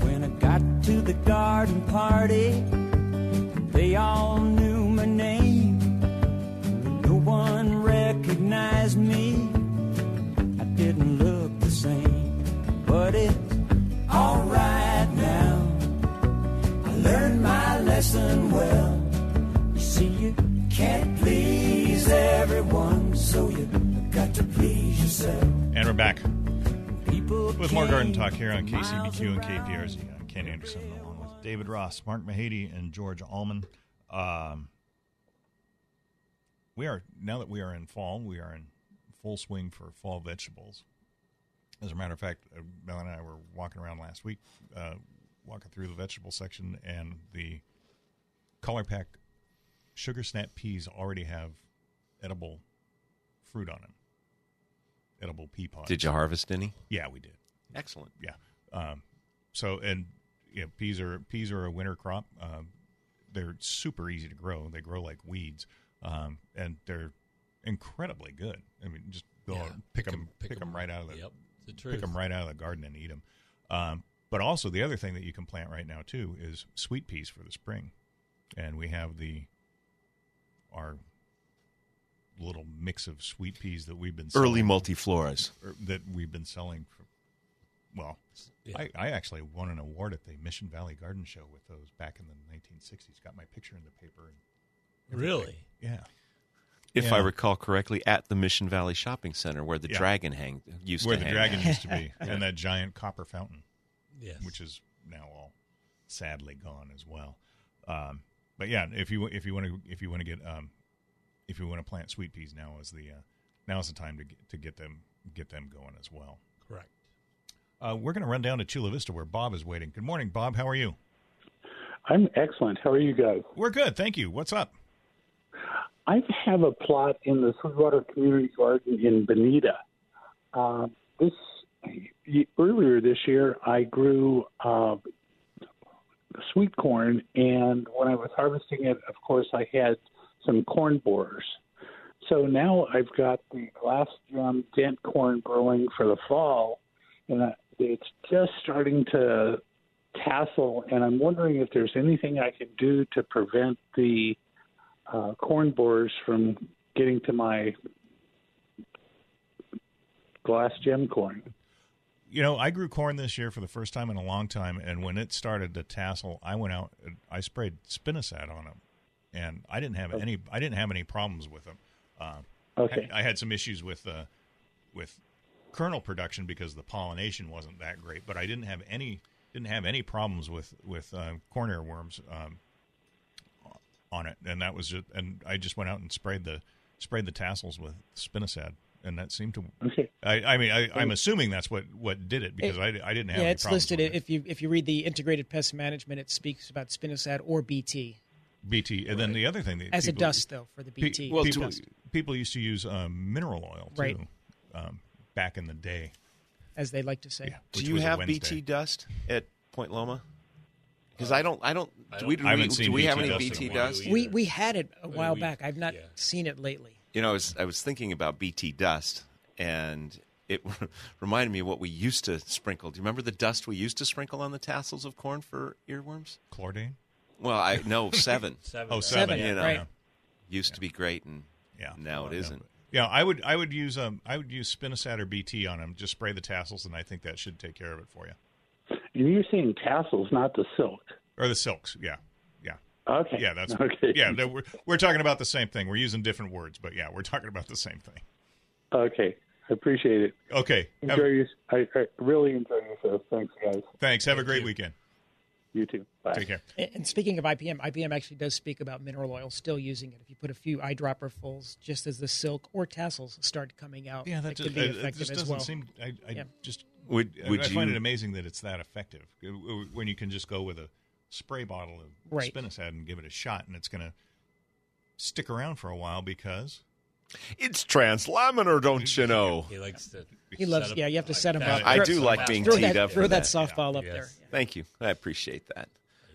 When I got to the garden party, they all knew my name. No one recognized me. I didn't look the same, but it's alright now. I learned my lesson well. You see, you can't please everyone, so you got to please yourself. And we're back People with more garden talk here on came from KCBQ and miles around. KPRZ. I'm uh, Ken Anderson along with David Ross, Mark Mahady, and George Allman. Um, we are now that we are in fall, we are in full swing for fall vegetables. As a matter of fact, uh, Mel and I were walking around last week, uh, walking through the vegetable section, and the color pack sugar snap peas already have edible fruit on them. Edible pea pods. Did you harvest any? Yeah, we did Excellent. yeah. Um, so and you know, peas are peas are a winter crop. Um, they're super easy to grow. They grow like weeds, um, and they're incredibly good. I mean, just go Yeah, out, pick, pick 'em- them, pick pick 'em 'em. right out of the Yep, the truth. pick them right out of the garden and eat them. Um, but also the other thing that you can plant right now too is sweet peas for the spring, and we have the our little mix of sweet peas that we've been Early selling- multifloras. or that we've been selling for well Yeah. I, I actually won an award at the mission valley garden show with those back in the 1960s got my picture in the paper and everything. Really? yeah If Yeah. I recall correctly, at the Mission Valley Shopping Center where the Yeah. dragon hang used where to the hang. dragon used to be and that giant copper fountain Yes. which is now all sadly gone as well um, but yeah if you if you want to if you want to get um, if you want to plant sweet peas now is the uh, now is the time to get, to get them get them going as well Correct. uh, we're going to run down to chula vista where bob is waiting good morning bob how are you I'm excellent. How are you guys? We're good, thank you. What's up? I have a plot in the Sweetwater Community Garden in Bonita. Uh, this earlier this year, I grew uh, sweet corn, and when I was harvesting it, of course, I had some corn borers. So now I've got the glass drum dent corn growing for the fall, and I- it's just starting to tassel. And I'm wondering if there's anything I can do to prevent the uh, corn borers from getting to my glass gem corn. You know, I grew corn this year for the first time in a long time, and when it started to tassel, I went out, and I sprayed spinosad on them, and I didn't have any. I didn't have any problems with them. Uh, Okay. I, I had some issues with uh, with kernel production because the pollination wasn't that great, but I didn't have any didn't have any problems with with uh, corn earworms um, on it, and that was just, and I just went out and sprayed the sprayed the tassels with spinosad, and that seemed to Okay. I, I mean, I, I'm assuming that's what, what did it because I, I didn't have. Yeah, any it's problems listed. with it. If you if you read the integrated pest management, it speaks about spinosad or BT BT, and then the other thing that as people- a dust though for the pe- BT. Well, people, to- people used to use um, mineral oil too, Right. um, back in the day. as they like to say. Yeah, Do which you was a have Wednesday. BT dust at Point Loma? Because I don't, I don't. Uh, I Do we, don't- do I we, haven't seen do we BT have any dust in a BT while. dust? We- We we had it a Well, while we- back. I've not yeah. seen it lately. You know, I was, I was thinking about BT dust, and it reminded me of what we used to sprinkle. Do you remember the dust we used to sprinkle on the tassels of corn for earworms? Chlordane? Well, I no seven. Seven. Oh, uh, seven. Seven, you know, right. used to be great, and Yeah. now it isn't. Yeah, I would I would use um I would use spinosad or BT on them. Just spray the tassels, and I think that should take care of it for you. And you're saying tassels, not the silk. Or the silks. Yeah, yeah, Okay. yeah. That's okay. yeah. no, We're we're talking about the same thing. We're using different words, but yeah, we're talking about the same thing. Okay. I appreciate it. Okay. Have- Enjoy your. I, I really enjoy yourself. Thanks, guys. thanks. Have a great weekend. You too. Bye. Take care. And and speaking of IPM, IPM actually does speak about mineral oil still using it. If you put a few eyedropper fulls, just as the silk or tassels start coming out, Yeah, it that can just, be I- effective it just as doesn't well. seem. I, I Yeah. just Would I- would I you find it amazing that it's that effective uh, when you can just go with a spray bottle of Right. spinosad and give it a shot, and it's going to stick around for a while because It's translaminar, don't you know? He likes to. He loves- yeah, you have to set him that. up. I Throw- do like being throw teed that, up. for throw that, that. softball up Yes. there. Thank you. I appreciate that.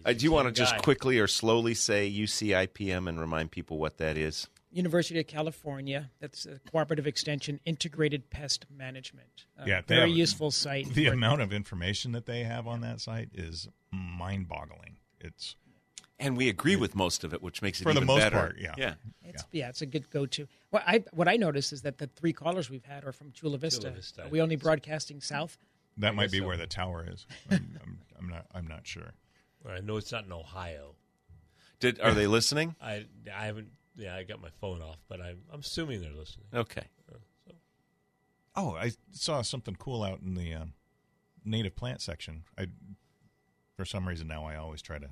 Uh, do you want to just guy. quickly or slowly say UCIPM and remind people what that is? University of California. That's a cooperative extension, integrated pest management. Uh, Yeah, they very have- useful site. the for- amount of information that they have on that site is mind-boggling. It's And we agree with most of it, which makes it For the even most better. part, yeah. yeah. It's, yeah. it's a good go-to. What I what I notice is that the three callers we've had are from Chula Vista. Chula Vista. Are we only broadcasting south? that might guess be so. where the tower is. I'm, I'm, I'm not. I'm not sure. I know it's not in Ohio. Did are they listening? I I haven't. Yeah, I got my phone off, but I'm, I'm assuming they're listening. Okay. Oh, I saw something cool out in the um, native plant section. I, for some reason now, I always try to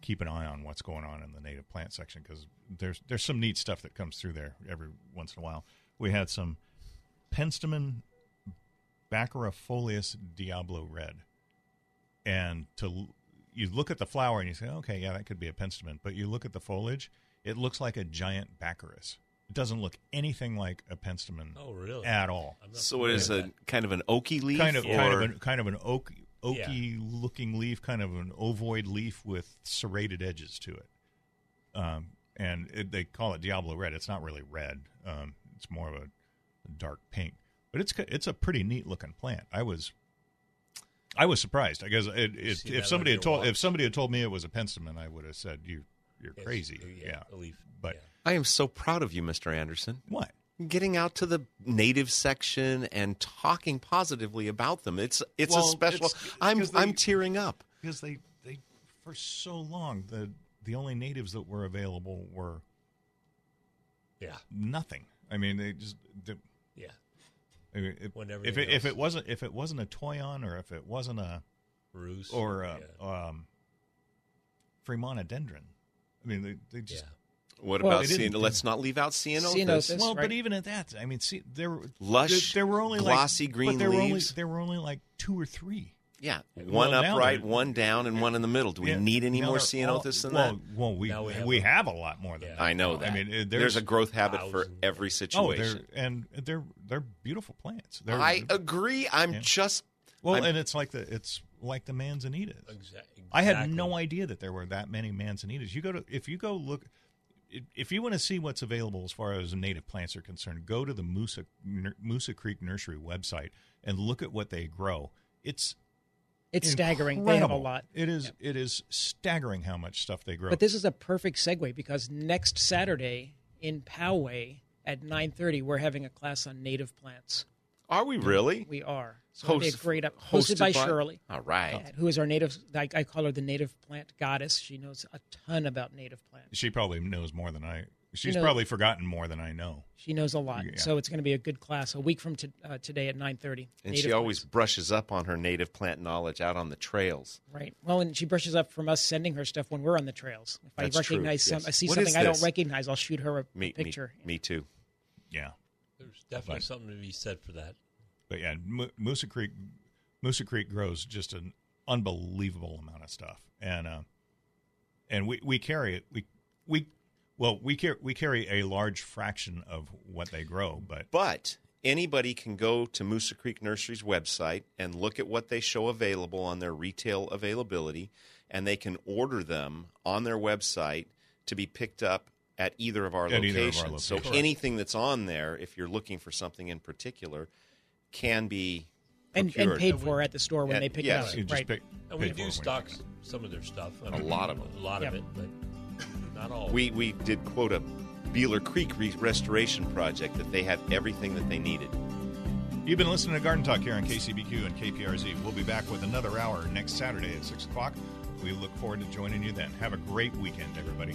keep an eye on what's going on in the native plant section because there's there's some neat stuff that comes through there every once in a while. We had some penstemon baccarifolius diablo red, and to l- you look at the flower and you say, okay, yeah, that could be a penstemon, but you look at the foliage, it looks like a giant baccharis. It doesn't look anything like a penstemon Oh, really? at all. I'm not So it familiar is with a kind of an oaky leaf, Kind of, or kind of, an, kind of an oak, oaky looking leaf, kind of an ovoid leaf with serrated edges to it. Um, and it, they call it Diablo red. It's not really red. Um, it's more of a dark pink, but it's ca- it's a pretty neat looking plant. I was. I was surprised. I guess it, it, see that if somebody on had your told walk? if somebody had told me it was a penstemon, I would have said you you're that. Yes, crazy. Yeah, a leaf. but yeah. I am so proud of you, Mr. Anderson. what? Getting out to the native section and talking positively about them. It's it's Well, a special. it's- I'm 'cause they- I'm tearing up. because they they for so long the the only natives that were available were yeah, nothing. I mean, they just the, yeah. I mean, if, When if it, everything if else- it wasn't if it wasn't a Toyon or if it wasn't a Ruse or a yeah. um, Fremonodendron, I mean, they they just. Yeah. What Well, about they didn't- Ceno? Let's not leave out Cenothus. Ceanothus. That's Well, right. but even at that, I mean, see, there were Lush, there, there were only glossy like, green but there Were only, leaves. there were only like two or three. Yeah, Well, one now upright, they're- one down, and one in the middle. Do we Yeah, need any now more they're all- Ceanothus than well, that? Well, we Now we we have, have a- a lot more than Yeah. that. I know now. that. I mean, uh, there's, a growth habit for thousands. every situation. Oh, they're and they're they're beautiful plants. They're, I agree. I'm Yeah. just well, I'm- and it's like the it's like the manzanitas. Exa- Exactly. I had no idea that there were that many manzanitas. You go to if you go look if- if you want to see what's available as far as native plants are concerned, go to the Moosa Nur- Moosa Creek Nursery website and look at what they grow. It's It's staggering. They have a incredible. lot. It is it is staggering how much stuff they grow. But this is a perfect segue because next Saturday in Poway at 9:30 we're having a class on native plants. Are we really? We are. So it'll be a Host- great up hosted, by, Shirley, All right. who is our native I, I call her the native plant goddess. She knows a ton about native plants. she probably knows more than I. She's know- probably forgotten more than I know. She knows a lot. Yeah. So it's going to be a good class a week from to, uh, today at 9:30. And Native she always plants. brushes up on her native plant knowledge out on the trails. Right. Well, and she brushes up from us sending her stuff when we're on the trails. If That's I true, recognize some, yes. I see What something is I don't this? recognize, I'll shoot her a Me, me, picture. me too. Yeah. There's definitely But- something to be said for that. But yeah, Mo- Moosa Creek, Moosa Creek grows just an unbelievable amount of stuff, and uh, and we, we carry it. We we well we carry we carry a large fraction of what they grow, but But anybody can go to Moosa Creek Nursery's website and look at what they show available on their retail availability, and they can order them on their website to be picked up at either of our, At either of our locations. So locations. anything that's on there, if you're looking for something in particular, can be and, and procured. paid for at the store when And- they pick yes, it You up. just Right. pick- And we pay for it do when stock you're done. some of their stuff. I A lot of A lot of Yep. it, but not all. We we did quote a Beeler Creek re- restoration project that they had everything that they needed. You've been listening to Garden Talk here on KCBQ and KPRZ. We'll be back with another hour next Saturday at 6 o'clock. We look forward to joining you then. Have a great weekend, everybody.